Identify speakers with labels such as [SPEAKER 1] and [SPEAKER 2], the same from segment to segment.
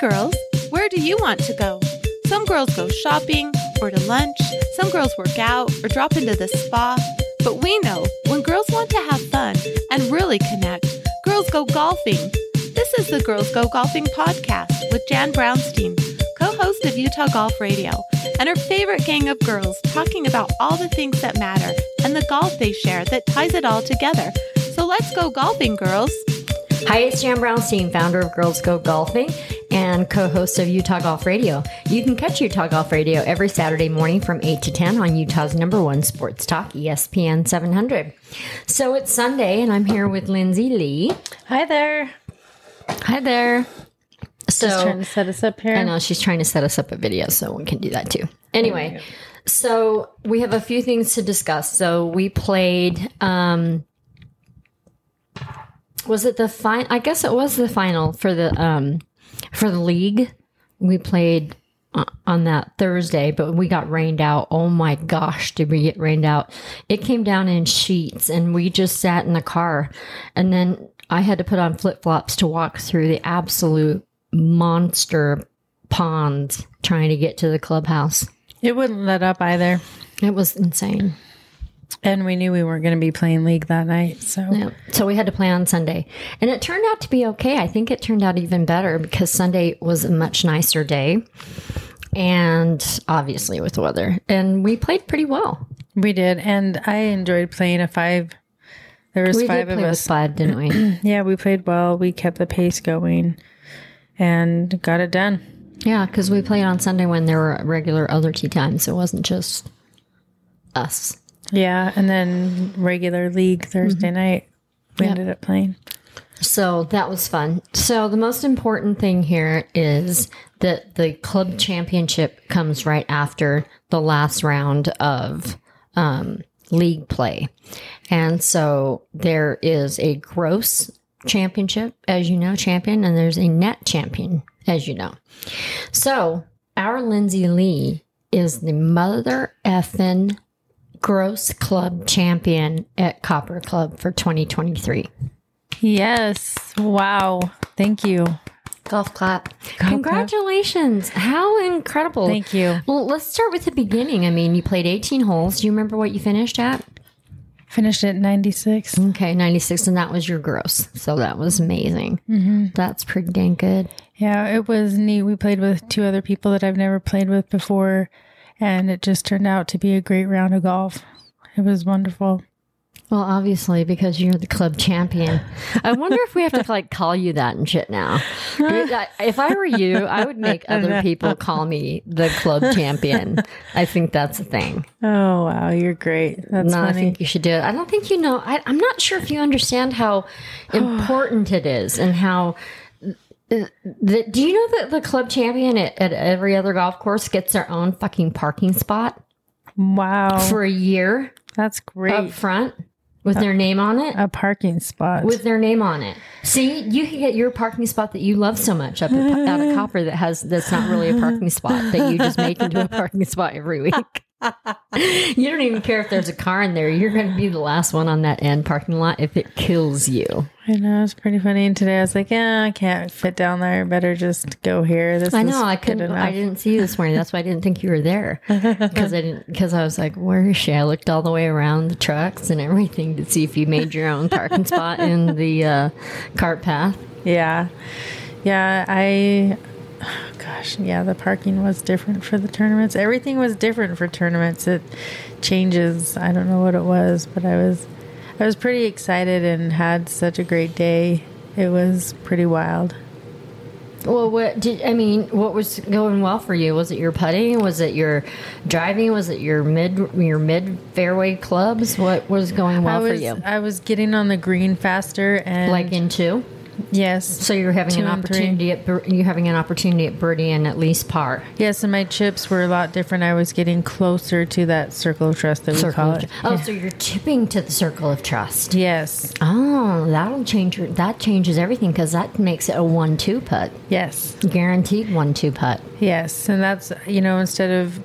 [SPEAKER 1] girls, where do you want to go? Some girls go shopping or to lunch, some girls work out or drop into the spa. But we know when girls want to have fun and really connect, girls go golfing. This is the Girls Go Golfing podcast with Jan Brownstein, co host of Utah Golf Radio, and her favorite gang of girls talking about all the things that matter and the golf they share that ties it all together. So let's go golfing, girls.
[SPEAKER 2] Hi, it's Jan Brownstein, founder of Girls Go Golfing and co host of Utah Golf Radio. You can catch Utah Golf Radio every Saturday morning from 8 to 10 on Utah's number one sports talk, E ESPN 700. So it's Sunday, and I'm here with Lindsay Lee.
[SPEAKER 3] Hi there.
[SPEAKER 2] Hi there. So,
[SPEAKER 3] Just trying to set us up here.
[SPEAKER 2] I know she's trying to set us up a video, so we can do that too. Anyway, so we have a few things to discuss. So we played. um Was it the final? I guess it was the final for the um for the league. We played o- on that Thursday, but we got rained out. Oh my gosh, did we get rained out? It came down in sheets, and we just sat in the car, and then I had to put on flip flops to walk through the absolute monster ponds trying to get to the clubhouse.
[SPEAKER 3] It wouldn't let up either.
[SPEAKER 2] It was insane.
[SPEAKER 3] And we knew we weren't going to be playing league that night. So
[SPEAKER 2] Yeah. So we had to play on Sunday. And it turned out to be okay. I think it turned out even better because Sunday was a much nicer day. And obviously with weather. And we played pretty well.
[SPEAKER 3] we did. And I enjoyed playing a five. There was
[SPEAKER 2] We
[SPEAKER 3] five
[SPEAKER 2] did
[SPEAKER 3] of
[SPEAKER 2] play with
[SPEAKER 3] us.
[SPEAKER 2] five, didn't we?
[SPEAKER 3] Yeah, we played well. We kept the pace going and got it done.
[SPEAKER 2] yeah, because we played on Sunday when there were regular other tea times. It wasn't just us.
[SPEAKER 3] Yeah. And then regular league Thursday night, we ended up playing.
[SPEAKER 2] So that was fun. So the most important thing here is that the club championship comes right after the last round of um, league play. And so there is a gross championship, as you know, champion, and there's a net champion, as you know. So our Lindsay Lee is the mother effin gross club champion at Copper Club for 2023.
[SPEAKER 3] Yes. Wow. Thank you.
[SPEAKER 2] Golf clap. Congratulations. How incredible.
[SPEAKER 3] Thank you.
[SPEAKER 2] Well, let's start with the beginning. I mean, you played 18 holes. Do you remember what you finished at?
[SPEAKER 3] Finished at 96.
[SPEAKER 2] Okay, 96, and that was your gross. So that was amazing. That's pretty dang good.
[SPEAKER 3] Yeah, it was neat. We played with two other people that I've never played with before, and it just turned out to be a great round of golf. It was wonderful.
[SPEAKER 2] Well, obviously, because you're the club champion. I wonder if we have to like call you that and shit now. If I were you, I would make other people call me the club champion. I think that's a thing.
[SPEAKER 3] Oh, wow. You're great. That's
[SPEAKER 2] no, I
[SPEAKER 3] funny.
[SPEAKER 2] think you should do it. I don't think you know. I, I'm not sure if you understand how important it is and how. The, do you know that the club champion at, at every other golf course gets their own fucking parking spot
[SPEAKER 3] Wow.
[SPEAKER 2] for a year
[SPEAKER 3] That's
[SPEAKER 2] up
[SPEAKER 3] Oh. great. Uh,
[SPEAKER 2] front with their name on it?
[SPEAKER 3] A parking spot.
[SPEAKER 2] With their name on it. See, you can get your parking spot that you love so much up at, out of Copper that has that's not really a parking spot that you just make into a parking spot every week. you don't even care if there's a car in there. You're going to be the last one on that end parking lot if it kills you.
[SPEAKER 3] I know. It's pretty funny. And today I was like, yeah, I can't fit down there. Better just go here. This
[SPEAKER 2] I
[SPEAKER 3] is
[SPEAKER 2] know. I
[SPEAKER 3] good
[SPEAKER 2] couldn't. I
[SPEAKER 3] enough.
[SPEAKER 2] didn't see you this morning. That's why I didn't think you were there because I didn't. Because I was like, "Where is she?" I looked all the way around the trucks and everything to see if you made your own parking spot in the uh, cart path.
[SPEAKER 3] Yeah. Yeah. I. oh, Gosh, yeah, the parking was different for the tournaments. Everything was different for tournaments. It changes. I don't know what it was, but I was I was pretty excited and had such a great day. It was pretty wild.
[SPEAKER 2] Well, what did I mean? What was going well for you? Was it your putting? Was it your driving? Was it your mid your mid fairway clubs? What was going well
[SPEAKER 3] I was
[SPEAKER 2] for you?
[SPEAKER 3] I was getting on the green faster and
[SPEAKER 2] Like in two,
[SPEAKER 3] yes.
[SPEAKER 2] so you're having
[SPEAKER 3] Two
[SPEAKER 2] an
[SPEAKER 3] and three.
[SPEAKER 2] opportunity at bir- you're having an opportunity at birdie and at least par.
[SPEAKER 3] Yes, and my chips were a lot different. I was getting closer to that circle of trust that we
[SPEAKER 2] Circle.
[SPEAKER 3] call
[SPEAKER 2] Of,
[SPEAKER 3] it.
[SPEAKER 2] oh, so you're tipping to the circle of trust.
[SPEAKER 3] Yes.
[SPEAKER 2] Oh, that'll change your that changes everything because that makes it a one two putt,
[SPEAKER 3] Yes.
[SPEAKER 2] guaranteed one two putt.
[SPEAKER 3] Yes, and that's you know instead of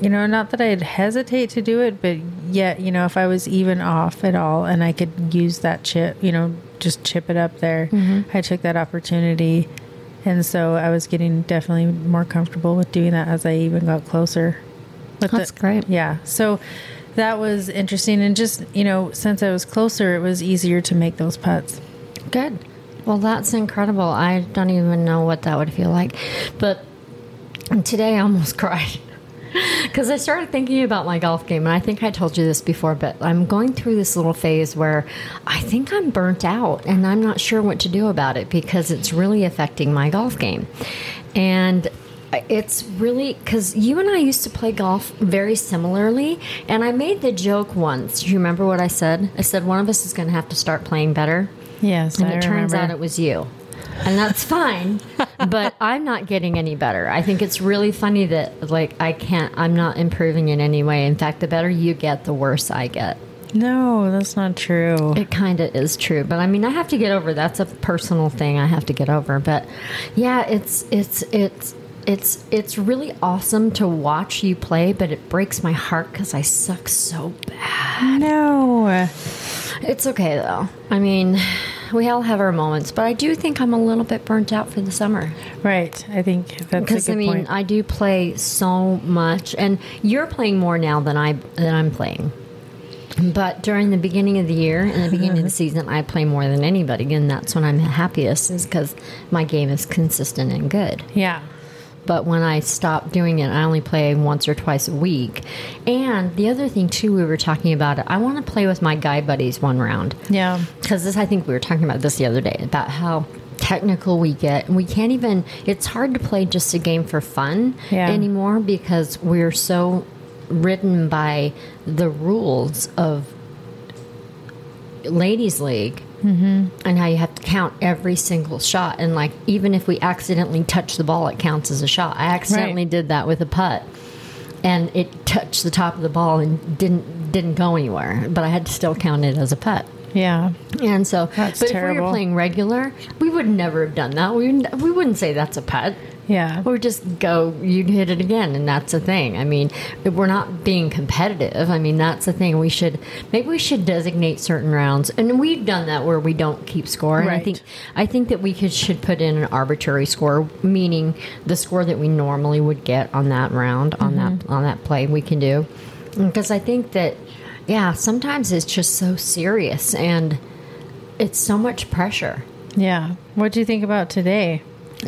[SPEAKER 3] you know not that I'd hesitate to do it, but yet you know if I was even off at all and I
[SPEAKER 2] Mm-hmm.
[SPEAKER 3] could use that chip, you know, just chip it up there, I took that opportunity And so I was getting definitely more comfortable with doing that as I even got closer. But
[SPEAKER 2] That's great.
[SPEAKER 3] Yeah. So that was interesting. And just, you know, since I was closer, it was easier to make those putts.
[SPEAKER 2] Good. Well, that's incredible. I don't even know what that would feel like. But today I almost cried because I started thinking about my golf game. And I think I told you this before, but I'm going through this little phase where I think I'm burnt out and I'm not sure what to do about it because it's really affecting my golf game. And it's really because you and I used to play golf very similarly, and I made the joke once. Do you remember what I said? I said one of us is going to have to start playing better
[SPEAKER 3] Yes.
[SPEAKER 2] and it turns out it was you and that's fine but i'm not getting any better i think it's really funny that like i can't i'm not improving in any way in fact the better you get the worse i get
[SPEAKER 3] No, that's not true.
[SPEAKER 2] it kind of is true but i mean i have to get over that's a personal thing i have to get over but yeah it's it's it's it's it's really awesome to watch you play but it breaks my heart because i suck so bad
[SPEAKER 3] No.
[SPEAKER 2] It's okay though. I mean, we all have our moments, but I do think I'm a little bit burnt out for the summer
[SPEAKER 3] Right. I think that's a good
[SPEAKER 2] because I mean
[SPEAKER 3] point.
[SPEAKER 2] I do play so much, and you're playing more now than I than I'm playing. But during the beginning of the year and the beginning of the season, I play more than anybody, and that's when I'm happiest is because my game is consistent and good
[SPEAKER 3] yeah.
[SPEAKER 2] but when I stopped doing it, I only play once or twice a week. And the other thing too, we were talking about it. I want to play with my guy buddies one round
[SPEAKER 3] Yeah.
[SPEAKER 2] because this I think we were talking about this the other day about how technical we get and we can't even it's hard to play just a game for fun
[SPEAKER 3] Yeah.
[SPEAKER 2] anymore because we're so ridden by the rules of ladies league
[SPEAKER 3] Mm-hmm.
[SPEAKER 2] and how you have to count every single shot and like even if we accidentally touch the ball it counts as a shot i accidentally
[SPEAKER 3] Right.
[SPEAKER 2] did that with a putt and it touched the top of the ball and didn't didn't go anywhere but i had to still count it as a putt
[SPEAKER 3] Yeah.
[SPEAKER 2] and so
[SPEAKER 3] That's
[SPEAKER 2] but if we were
[SPEAKER 3] terrible.
[SPEAKER 2] playing regular we would never have done that we, wouldn't- we wouldn't say that's a putt
[SPEAKER 3] Yeah.
[SPEAKER 2] or just go you'd hit it again and that's the thing i mean we're not being competitive i mean that's the thing we should maybe we should designate certain rounds and we've done that where we don't keep score and i
[SPEAKER 3] Right.
[SPEAKER 2] think i think that we could should put in an arbitrary score meaning the score that we normally would get on that round on that on that play we can do because i think that yeah sometimes it's just so serious and it's so much pressure
[SPEAKER 3] Yeah. What do you think about today?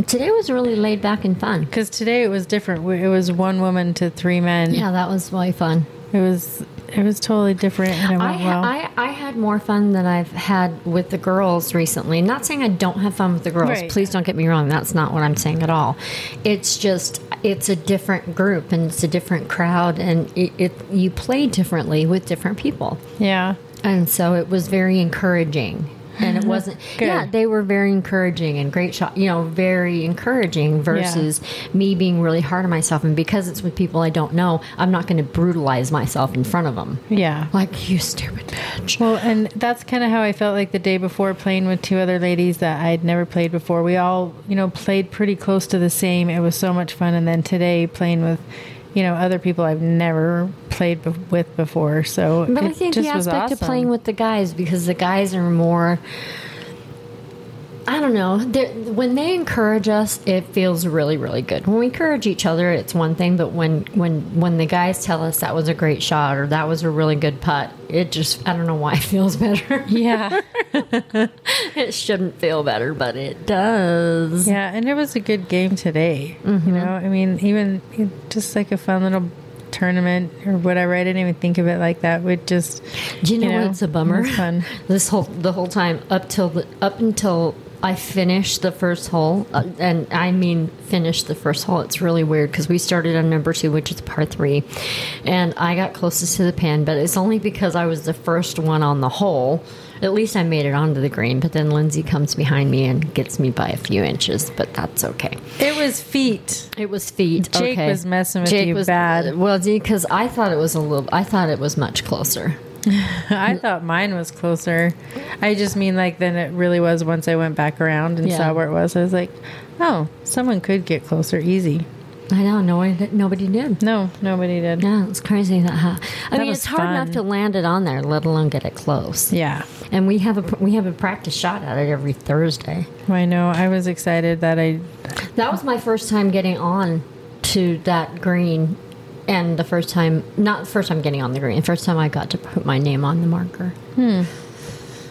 [SPEAKER 2] today was really laid back and fun
[SPEAKER 3] Because today it was different. We- It was one woman to three men.
[SPEAKER 2] yeah that was really fun
[SPEAKER 3] It was it was totally different and it went
[SPEAKER 2] I,
[SPEAKER 3] well.
[SPEAKER 2] ha- I I had more fun than I've had with the girls recently. Not saying I don't have fun with the girls.
[SPEAKER 3] Right.
[SPEAKER 2] Please don't get me wrong. That's not what I'm saying at all. It's just it's a different group and it's a different crowd, and it, it you play differently with different people,
[SPEAKER 3] yeah.
[SPEAKER 2] and so it was very encouraging. And it wasn't.
[SPEAKER 3] Mm-hmm. Good.
[SPEAKER 2] Yeah, they were very encouraging and great shot. You know, very encouraging versus me being really hard on myself. And because it's with people I don't know, I'm not going to brutalize myself in front of them.
[SPEAKER 3] Yeah.
[SPEAKER 2] Like you stupid bitch.
[SPEAKER 3] Well, and that's kind of how I felt like the day before playing with two other ladies that I'd never played before. We all, you know, played pretty close to the same. It was so much fun. And then today playing with, you know, other people I've never played be- with before. So
[SPEAKER 2] But
[SPEAKER 3] it
[SPEAKER 2] I think the
[SPEAKER 3] just was
[SPEAKER 2] aspect of
[SPEAKER 3] awesome.
[SPEAKER 2] playing with the guys because the guys are more. I don't know. They're- When they encourage us, it feels really, really good. When we encourage each other, it's one thing. But when when when the guys tell us that was a great shot or that was a really good putt, it just I don't know why it feels better.
[SPEAKER 3] yeah.
[SPEAKER 2] it shouldn't feel better, but it does.
[SPEAKER 3] Yeah, and it was a good game today. You know, I mean, even just like a fun little tournament or whatever. I didn't even think of it like that. We just,
[SPEAKER 2] Do you know,
[SPEAKER 3] you know,
[SPEAKER 2] what's a bummer?
[SPEAKER 3] it's fun.
[SPEAKER 2] This whole the whole time up till the, up until I finished the first hole, uh, and I mean finished the first hole. It's really weird because we started on number two, which is par three, and I got closest to the pin, but it's only because I was the first one on the hole. At least I made it onto the green, but then Lindsay comes behind me and gets me by a few inches, but that's okay.
[SPEAKER 3] it was feet.
[SPEAKER 2] It was feet.
[SPEAKER 3] Jake
[SPEAKER 2] okay.
[SPEAKER 3] was messing with you bad.
[SPEAKER 2] Well, because I thought it was a little. I thought it was much closer.
[SPEAKER 3] I thought mine was closer. I just mean like than it really was once I went back around and
[SPEAKER 2] Yeah.
[SPEAKER 3] saw where it was. I was like, oh, someone could get closer easy.
[SPEAKER 2] I know nobody nobody did.
[SPEAKER 3] No, nobody did.
[SPEAKER 2] Yeah, it's crazy that. How, I
[SPEAKER 3] That
[SPEAKER 2] mean,
[SPEAKER 3] was
[SPEAKER 2] it's hard
[SPEAKER 3] fun.
[SPEAKER 2] enough to land it on there, let alone get it close.
[SPEAKER 3] Yeah.
[SPEAKER 2] And we have a we have a practice shot at it every Thursday.
[SPEAKER 3] I know. I was excited that I.
[SPEAKER 2] That was my first time getting on to that green, and the first time not the first time getting on the green. The first time I got to put my name on the marker. Hmm.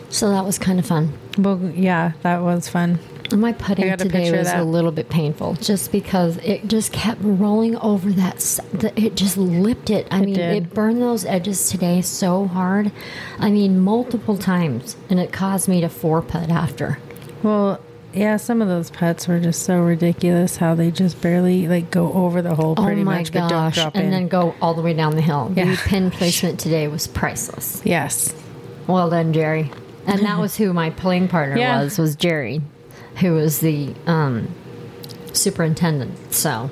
[SPEAKER 2] So that was kind of fun.
[SPEAKER 3] Well, yeah, that was fun.
[SPEAKER 2] And My putting
[SPEAKER 3] I got a
[SPEAKER 2] today
[SPEAKER 3] picture of
[SPEAKER 2] was a
[SPEAKER 3] that.
[SPEAKER 2] little bit painful, just because it just kept rolling over that. s- the- It just lipped it. I mean,
[SPEAKER 3] did.
[SPEAKER 2] it burned those edges today so hard. I mean, multiple times, and it caused me to four putt after.
[SPEAKER 3] Well, yeah, some of those putts were just so ridiculous how they just barely like go over the hole
[SPEAKER 2] Oh
[SPEAKER 3] pretty
[SPEAKER 2] my
[SPEAKER 3] much, but don't
[SPEAKER 2] gosh!
[SPEAKER 3] drop
[SPEAKER 2] and
[SPEAKER 3] in.
[SPEAKER 2] then go all the way down the hill.
[SPEAKER 3] Yeah.
[SPEAKER 2] The pin placement today was priceless.
[SPEAKER 3] yes.
[SPEAKER 2] Well done, Jerry. And that was who my playing partner
[SPEAKER 3] Yeah.
[SPEAKER 2] was, was Jerry, who was the um, superintendent. So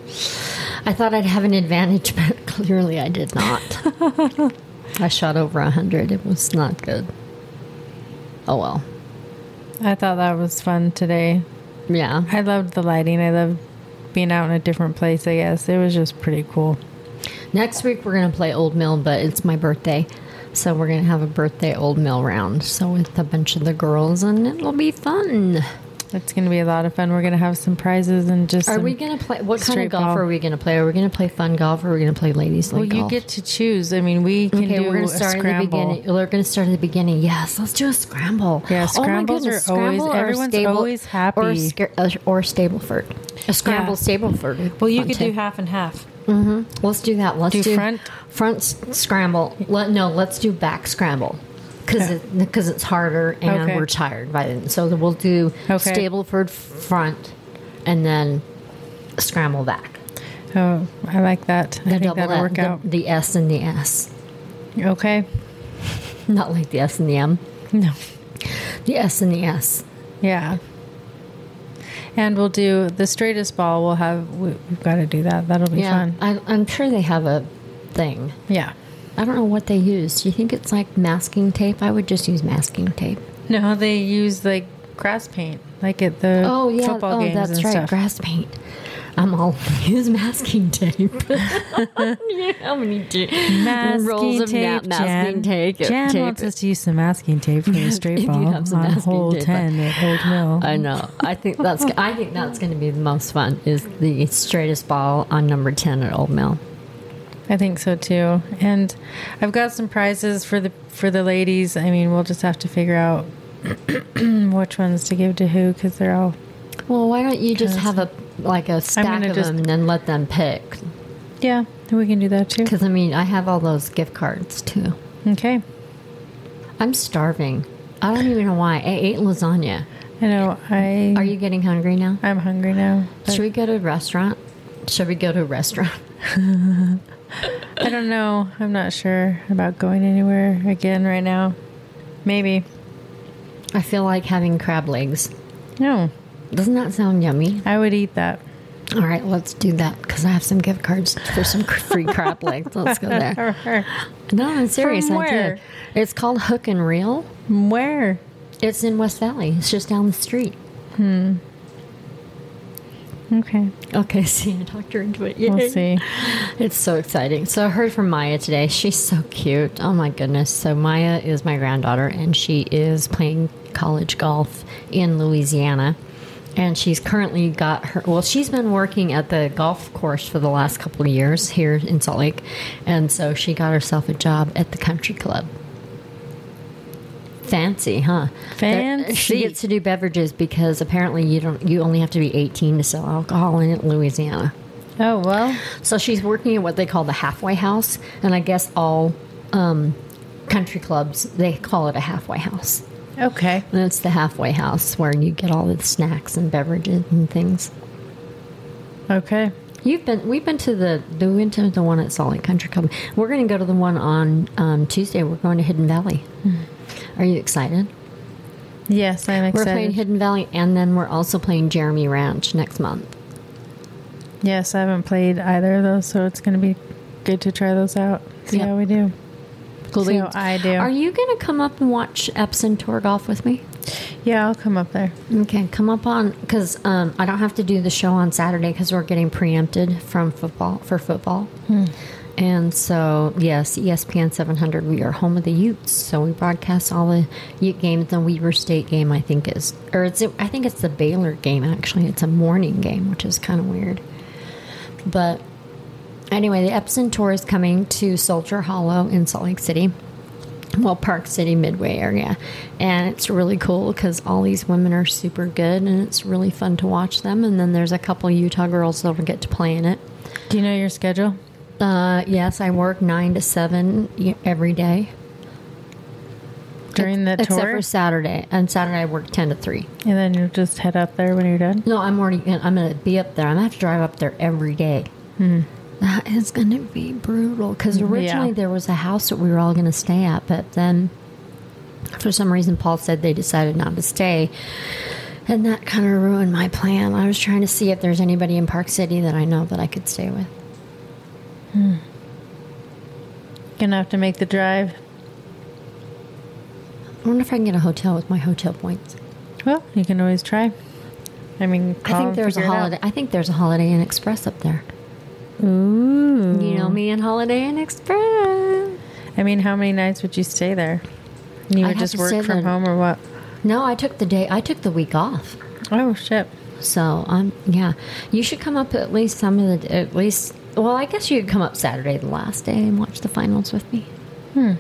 [SPEAKER 2] I thought I'd have an advantage, but clearly I did not. I shot over 100. It was not good. Oh, well.
[SPEAKER 3] I thought that was fun today.
[SPEAKER 2] Yeah.
[SPEAKER 3] I loved the lighting. I loved being out in a different place, I guess. It was just pretty cool.
[SPEAKER 2] Next week we're going to play Old Mill, but it's my birthday. So we're going to have a birthday Old Mill round. So with a bunch of the girls, and it'll be fun.
[SPEAKER 3] It's going to be a lot of fun. We're going to have some prizes and just.
[SPEAKER 2] Are
[SPEAKER 3] some-
[SPEAKER 2] we going to play? What kind
[SPEAKER 3] straight
[SPEAKER 2] of golf
[SPEAKER 3] ball.
[SPEAKER 2] are we going to play? Are we going to play fun golf or are we going to play ladies'
[SPEAKER 3] Well,
[SPEAKER 2] league
[SPEAKER 3] you
[SPEAKER 2] golf?
[SPEAKER 3] get to choose. I mean, we can
[SPEAKER 2] okay,
[SPEAKER 3] do
[SPEAKER 2] we're going
[SPEAKER 3] a
[SPEAKER 2] to start at the
[SPEAKER 3] scramble.
[SPEAKER 2] beginning. We're going to start at the beginning. Yes, let's do a scramble.
[SPEAKER 3] Yeah,
[SPEAKER 2] oh my
[SPEAKER 3] scrambles
[SPEAKER 2] goodness,
[SPEAKER 3] are always-
[SPEAKER 2] scramble or
[SPEAKER 3] everyone's
[SPEAKER 2] stable,
[SPEAKER 3] always happy.
[SPEAKER 2] Or, sca- uh, or Stableford. A scramble Stableford. would be
[SPEAKER 3] Well, you
[SPEAKER 2] fun
[SPEAKER 3] could
[SPEAKER 2] too.
[SPEAKER 3] do half and half.
[SPEAKER 2] Let's do that. Let's do,
[SPEAKER 3] Do front?
[SPEAKER 2] front s- scramble. Let no. Let's do back scramble because because it's harder and
[SPEAKER 3] Okay.
[SPEAKER 2] we're tired by then. So we'll do
[SPEAKER 3] Okay.
[SPEAKER 2] Stableford front and then scramble back.
[SPEAKER 3] Oh, I like that. I
[SPEAKER 2] The
[SPEAKER 3] think
[SPEAKER 2] double
[SPEAKER 3] that'll
[SPEAKER 2] S-
[SPEAKER 3] work
[SPEAKER 2] the,
[SPEAKER 3] out.
[SPEAKER 2] the S and the S,
[SPEAKER 3] okay.
[SPEAKER 2] not like the S and the M.
[SPEAKER 3] No.
[SPEAKER 2] The S and the S.
[SPEAKER 3] Yeah. And we'll do the straightest ball. We'll have, we, we've got to do that. That'll be
[SPEAKER 2] Yeah,
[SPEAKER 3] fun.
[SPEAKER 2] I, I'm sure they have a thing.
[SPEAKER 3] Yeah.
[SPEAKER 2] I don't know what they use. Do you think it's like masking tape? I would just use masking tape.
[SPEAKER 3] No, they use like grass paint, like at the
[SPEAKER 2] Oh yeah,
[SPEAKER 3] football
[SPEAKER 2] oh
[SPEAKER 3] games
[SPEAKER 2] that's
[SPEAKER 3] and
[SPEAKER 2] right,
[SPEAKER 3] stuff.
[SPEAKER 2] grass paint. I'm all use masking tape. yeah, how many ta-
[SPEAKER 3] Masking
[SPEAKER 2] rolls of
[SPEAKER 3] tape,
[SPEAKER 2] that masking
[SPEAKER 3] Jan.
[SPEAKER 2] tape?
[SPEAKER 3] Jan
[SPEAKER 2] tape.
[SPEAKER 3] wants us to use some masking tape for a
[SPEAKER 2] If
[SPEAKER 3] straight
[SPEAKER 2] you
[SPEAKER 3] ball
[SPEAKER 2] have some
[SPEAKER 3] on
[SPEAKER 2] masking
[SPEAKER 3] hole
[SPEAKER 2] tape,
[SPEAKER 3] ten at Old Mill.
[SPEAKER 2] I know. I think that's. I think that's going to be the most fun. Is the straightest ball on number ten at Old Mill.
[SPEAKER 3] I think so too. And I've got some prizes for the for the ladies. I mean, we'll just have to figure out which ones to give to who because they're all.
[SPEAKER 2] Well, why don't you just have a like a stack
[SPEAKER 3] gonna
[SPEAKER 2] of
[SPEAKER 3] just-
[SPEAKER 2] them and then let them pick?
[SPEAKER 3] Yeah, we can do that too.
[SPEAKER 2] Because I mean, I have all those gift cards too.
[SPEAKER 3] Okay.
[SPEAKER 2] I'm starving. I don't even know why. I ate lasagna.
[SPEAKER 3] I know. I
[SPEAKER 2] Are you getting hungry now?
[SPEAKER 3] I'm hungry now. but
[SPEAKER 2] Should we go to a restaurant? Should we go to a restaurant?
[SPEAKER 3] I don't know. I'm not sure about going anywhere again right now. Maybe.
[SPEAKER 2] I feel like having crab legs.
[SPEAKER 3] No.
[SPEAKER 2] Doesn't that sound yummy?
[SPEAKER 3] I would eat that.
[SPEAKER 2] All right, let's do that because I have some gift cards for some cr- free crab legs. Let's go there. No, I'm serious.
[SPEAKER 3] From
[SPEAKER 2] I
[SPEAKER 3] where?
[SPEAKER 2] did. It's called Hook and Reel.
[SPEAKER 3] Where?
[SPEAKER 2] It's in West Valley. It's just down the street.
[SPEAKER 3] Okay.
[SPEAKER 2] Okay, see, I talked her into it. Yay.
[SPEAKER 3] We'll see.
[SPEAKER 2] It's so exciting. So I heard from Maya today. She's so cute. Oh my goodness. So Maya is my granddaughter and she is playing college golf in Louisiana. And she's currently got her well, she's been working at the golf course for the last couple of years here in Salt Lake. And so she got herself a job at the country club. Fancy, huh? There-
[SPEAKER 3] Fancy.
[SPEAKER 2] She gets to do beverages because apparently you don't you only have to be 18 to sell alcohol in Louisiana.
[SPEAKER 3] Oh well.
[SPEAKER 2] So she's working at what they call the halfway house, and I guess all um, country clubs they call it a halfway house.
[SPEAKER 3] Okay.
[SPEAKER 2] And it's the halfway house where you get all the snacks and beverages and things.
[SPEAKER 3] Okay.
[SPEAKER 2] You've been we've been to the we went to the one at Salt Lake Country Club. We're going to go to the one on um, Tuesday. We're going to Hidden Valley.
[SPEAKER 3] Hmm.
[SPEAKER 2] Are you excited?
[SPEAKER 3] Yes, I'm
[SPEAKER 2] We're
[SPEAKER 3] excited.
[SPEAKER 2] playing Hidden Valley, and then we're also playing Jeremy Ranch next month.
[SPEAKER 3] Yes, I haven't played either of those, so it's going to be good to try those out. See
[SPEAKER 2] Yep.
[SPEAKER 3] how we do.
[SPEAKER 2] Cool
[SPEAKER 3] See
[SPEAKER 2] beans.
[SPEAKER 3] how I do.
[SPEAKER 2] Are you going to come up and watch Epson Tour Golf with me?
[SPEAKER 3] Yeah, I'll come up there.
[SPEAKER 2] Okay, come up on because um, I don't have to do the show on Saturday because we're getting preempted from football for football. And so, yes, E ESPN 700, we are home of the Utes. So we broadcast all the Ute games. The Weaver State game, I think, is, or it's, I think it's the Baylor game, actually. It's a morning game, which is kind of weird. But anyway, the Epson Tour is coming to Soldier Hollow in Salt Lake City well park city midway area and it's really cool because all these women are super good and it's really fun to watch them and then there's a couple utah girls that'll get to play in it
[SPEAKER 3] Do you know your schedule?
[SPEAKER 2] uh, yes i work nine to seven y- every day
[SPEAKER 3] During the
[SPEAKER 2] except
[SPEAKER 3] tour?
[SPEAKER 2] for saturday and saturday i work 10 to 3
[SPEAKER 3] And then you'll just head up there when you're done?
[SPEAKER 2] no i'm already i'm gonna be up there i'm gonna have to drive up there every day
[SPEAKER 3] Hmm.
[SPEAKER 2] that is gonna be brutal because
[SPEAKER 3] Mm-hmm.
[SPEAKER 2] originally there was a house that we were all gonna stay at but then for some reason paul said they decided not to stay and that kind of ruined my plan i was trying to see if there's anybody in park city that i know that i could stay with
[SPEAKER 3] Gonna have to make the drive.
[SPEAKER 2] i wonder if i can get a hotel with my hotel points
[SPEAKER 3] Well, you can always try. I mean,
[SPEAKER 2] i
[SPEAKER 3] call
[SPEAKER 2] think
[SPEAKER 3] and
[SPEAKER 2] there's a
[SPEAKER 3] Oh, figure it out.
[SPEAKER 2] holiday i think there's a holiday inn express up there
[SPEAKER 3] Ooh.
[SPEAKER 2] you know me and holiday inn express
[SPEAKER 3] I mean, how many nights would you stay there? And you
[SPEAKER 2] I
[SPEAKER 3] would
[SPEAKER 2] have
[SPEAKER 3] just
[SPEAKER 2] to
[SPEAKER 3] work
[SPEAKER 2] stay
[SPEAKER 3] from
[SPEAKER 2] there.
[SPEAKER 3] home or what?
[SPEAKER 2] no i took the day i took the week off
[SPEAKER 3] Oh, shit.
[SPEAKER 2] So um, yeah, you should come up at least some of the at least. Well, I guess you could come up Saturday, the last day, and watch the finals with me.
[SPEAKER 3] I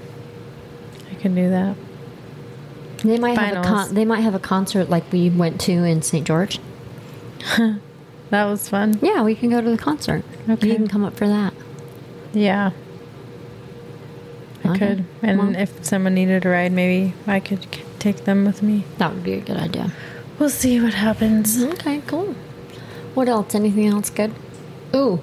[SPEAKER 3] can do that.
[SPEAKER 2] They might have a
[SPEAKER 3] Finals.
[SPEAKER 2] con- they might have a concert like we went to in St. George.
[SPEAKER 3] That was fun.
[SPEAKER 2] Yeah, we can go to the concert.
[SPEAKER 3] Okay.
[SPEAKER 2] You can come up for that.
[SPEAKER 3] Yeah. I
[SPEAKER 2] Okay.
[SPEAKER 3] could. And
[SPEAKER 2] Well-
[SPEAKER 3] if someone needed a ride, maybe I could c- take them with me.
[SPEAKER 2] That would be a good idea.
[SPEAKER 3] We'll see what happens.
[SPEAKER 2] Okay, cool. What else? Anything else good? Ooh.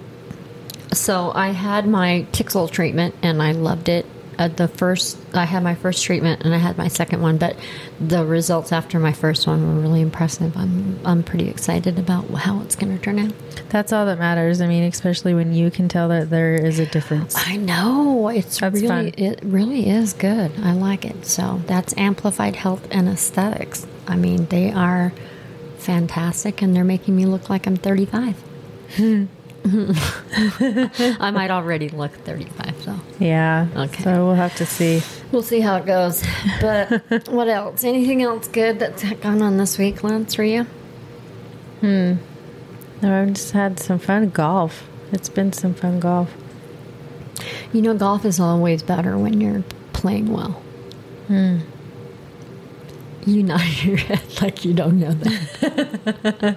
[SPEAKER 2] So I had my Tixel treatment and I loved it. At the first, I had my first treatment and I had my second one, but the results after my first one were really impressive. I'm I'm pretty excited about how it's going to turn out.
[SPEAKER 3] That's all that matters. I mean, especially when you can tell that there is a difference.
[SPEAKER 2] I know it's
[SPEAKER 3] That's
[SPEAKER 2] really
[SPEAKER 3] fun.
[SPEAKER 2] it really is good. I like it. So that's Amplified Health and Aesthetics. I mean, they are fantastic, and they're making me look like I'm 35. I might already look 35, so
[SPEAKER 3] Yeah.
[SPEAKER 2] Okay.
[SPEAKER 3] So we'll have to see.
[SPEAKER 2] we'll see how it goes. But what else? Anything else good that's gone on this week, Lance? For you?
[SPEAKER 3] No, I've just had some fun golf. It's been some fun golf.
[SPEAKER 2] You know, golf is always better when you're playing well. You nod your head like you don't know that.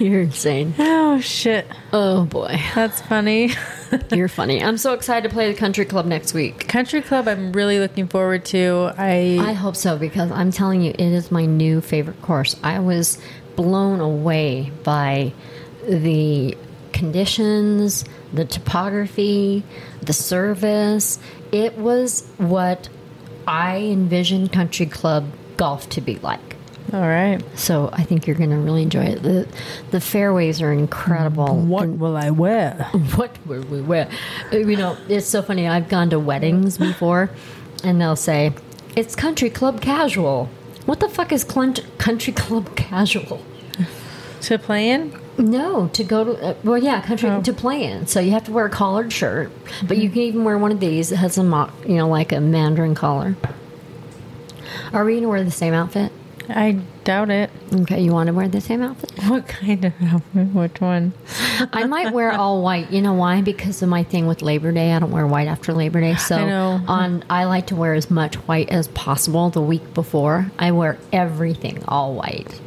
[SPEAKER 2] you're insane.
[SPEAKER 3] Oh, shit.
[SPEAKER 2] Oh boy,
[SPEAKER 3] That's funny.
[SPEAKER 2] you're funny. I'm so excited to play the country club next week.
[SPEAKER 3] Country club, I'm really looking forward to.
[SPEAKER 2] I hope so because I'm telling you, it is my new favorite course. I was blown away by the conditions, the topography, the service. It was what I envisioned country club golf to be like.
[SPEAKER 3] all right.
[SPEAKER 2] So I think you're going to really enjoy it. The, the fairways are incredible.
[SPEAKER 3] will I wear?
[SPEAKER 2] what were we wear? Uh, You know, it's so funny. I've gone to weddings before, and they'll say it's country club casual. What the fuck is clun- country club casual?
[SPEAKER 3] To play in?
[SPEAKER 2] No, to go to uh, well, yeah, country to play in. So you have to wear a collared shirt, but you can even wear one of these that has a mock, you know, like a mandarin collar. Are we gonna wear the same outfit?
[SPEAKER 3] I doubt it.
[SPEAKER 2] Okay, you want to wear the same outfit?
[SPEAKER 3] What kind of outfit? Which one?
[SPEAKER 2] I might wear all white. You know why? Because of my thing with Labor Day. I don't wear white after Labor Day. So
[SPEAKER 3] I know.
[SPEAKER 2] on I like to wear as much white as possible the week before. I wear everything all white.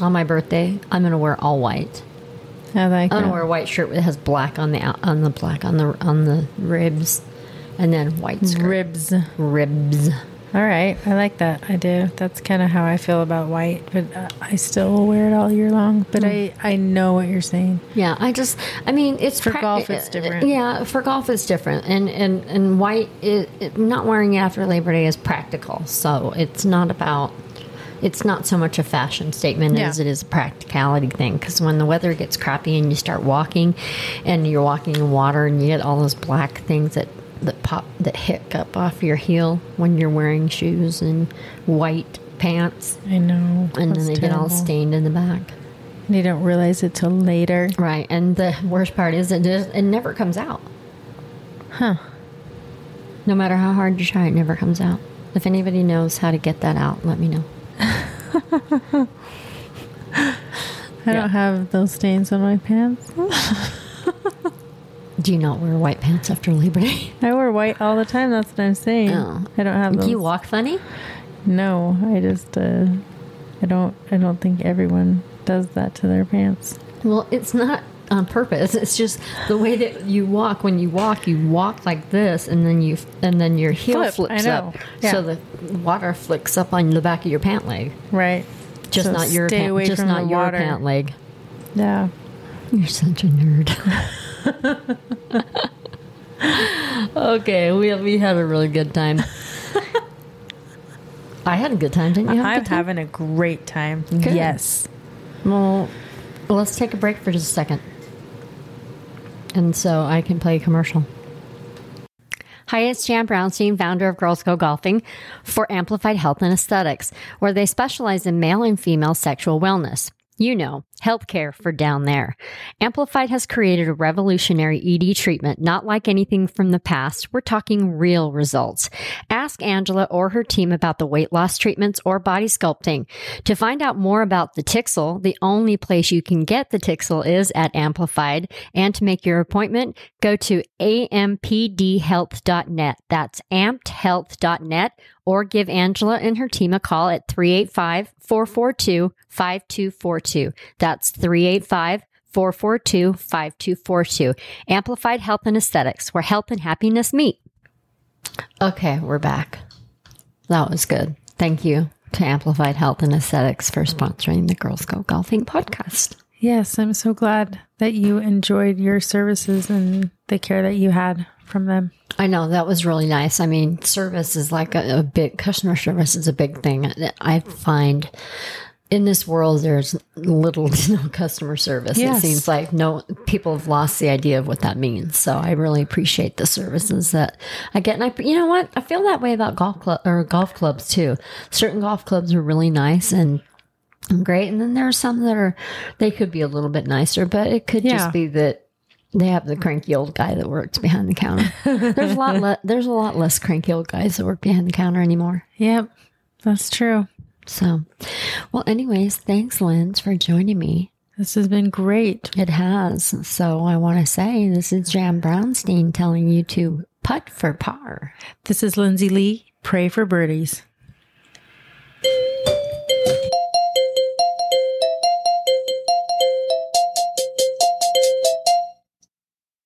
[SPEAKER 2] On my birthday, I'm going to wear all white.
[SPEAKER 3] I like
[SPEAKER 2] I'm going
[SPEAKER 3] that.
[SPEAKER 2] to wear a white shirt that has black on the out- on the black on the on the ribs and then white skirt.
[SPEAKER 3] ribs. All
[SPEAKER 2] ribs.
[SPEAKER 3] right. I like that. I do. That's kind of how I feel about white, but uh, I still will wear it all year long. But I, I know what you're saying.
[SPEAKER 2] Yeah, I just, I mean, it's uh,
[SPEAKER 3] For golf, it's different.
[SPEAKER 2] Yeah, for golf, it's different, and and and white, it, it, not wearing it after Labor Day is practical. So it's not about, it's not so much a fashion statement
[SPEAKER 3] Yeah.
[SPEAKER 2] as it is a practicality thing. Because when the weather gets crappy and you start walking, and you're walking in water, and you get all those black things that that pop that hick up off your heel when you're wearing shoes and white pants,
[SPEAKER 3] I know.
[SPEAKER 2] and then
[SPEAKER 3] That's
[SPEAKER 2] they get all
[SPEAKER 3] terrible.
[SPEAKER 2] stained in the back.
[SPEAKER 3] They don't realize it till later.
[SPEAKER 2] Right, and the worst part is it just, it never comes out.
[SPEAKER 3] Huh.
[SPEAKER 2] No matter how hard you try, it never comes out. If anybody knows how to get that out, let me know.
[SPEAKER 3] I
[SPEAKER 2] Yeah.
[SPEAKER 3] don't have those stains on my pants.
[SPEAKER 2] Do you not wear white pants after Labor Day?
[SPEAKER 3] I wear white all the time. That's what I'm saying.
[SPEAKER 2] Oh.
[SPEAKER 3] I don't have those.
[SPEAKER 2] Do you walk funny?
[SPEAKER 3] No, I just uh, I don't I don't think everyone does that to their pants.
[SPEAKER 2] Well, it's not on purpose. It's just the way that you walk. When you walk, you walk like this, and then you and then your heel
[SPEAKER 3] Flip, I
[SPEAKER 2] flips
[SPEAKER 3] know.
[SPEAKER 2] up,
[SPEAKER 3] Yeah.
[SPEAKER 2] so the water flicks up on the back of your pant leg.
[SPEAKER 3] Right.
[SPEAKER 2] Just
[SPEAKER 3] So
[SPEAKER 2] not your
[SPEAKER 3] stay
[SPEAKER 2] pant,
[SPEAKER 3] away
[SPEAKER 2] just
[SPEAKER 3] from
[SPEAKER 2] not
[SPEAKER 3] the
[SPEAKER 2] your
[SPEAKER 3] water.
[SPEAKER 2] pant leg.
[SPEAKER 3] Yeah.
[SPEAKER 2] You're such a nerd. okay, we we had a really good time. I had a good time, didn't you? Have a
[SPEAKER 3] I'm
[SPEAKER 2] good time?
[SPEAKER 3] having a great time.
[SPEAKER 2] Good.
[SPEAKER 3] Yes.
[SPEAKER 2] Well, let's take a break for just a second. And so I can play a commercial. Hi, it's Jan Brownstein, founder of Girls Go Golfing for Amplified Health and Aesthetics, where they specialize in male and female sexual wellness. You know, healthcare for down there. Amplified has created a revolutionary ED treatment, not like anything from the past. We're talking real results. Ask Angela or her team about the weight loss treatments or body sculpting. To find out more about the Tixel, the only place you can get the Tixel is at Amplified. And to make your appointment, go to ampdhealth.net. That's ampedhealth.net or give Angela and her team a call at 385 442 5242. That's 385 442 5242. Amplified Health and Aesthetics, where health and happiness meet. Okay, we're back. That was good. Thank you to Amplified Health and Aesthetics for sponsoring the Girls Go Golfing podcast.
[SPEAKER 3] Yes, I'm so glad that you enjoyed your services and the care that you had from them.
[SPEAKER 2] I know that was really nice. I mean, service is like a, a big customer service is a big thing. I find in this world there's little to no customer service. It
[SPEAKER 3] Yes.
[SPEAKER 2] seems like no people have lost the idea of what that means. So I really appreciate the services that I get. And I, you know what, I feel that way about golf club or golf clubs too. Certain golf clubs are really nice and great, and then there are some that are they could be a little bit nicer, but it could
[SPEAKER 3] Yeah.
[SPEAKER 2] just be that they have the cranky old guy that works behind the counter. There's a lot. Le- there's a lot less cranky old guys that work behind the counter anymore.
[SPEAKER 3] Yep. That's true.
[SPEAKER 2] So, well, anyways, thanks, Lynn, for joining me.
[SPEAKER 3] This has been great.
[SPEAKER 2] It has. So I want to say this is Jan Brownstein telling you to putt for par.
[SPEAKER 3] This is Lindsay Lee. Pray for birdies.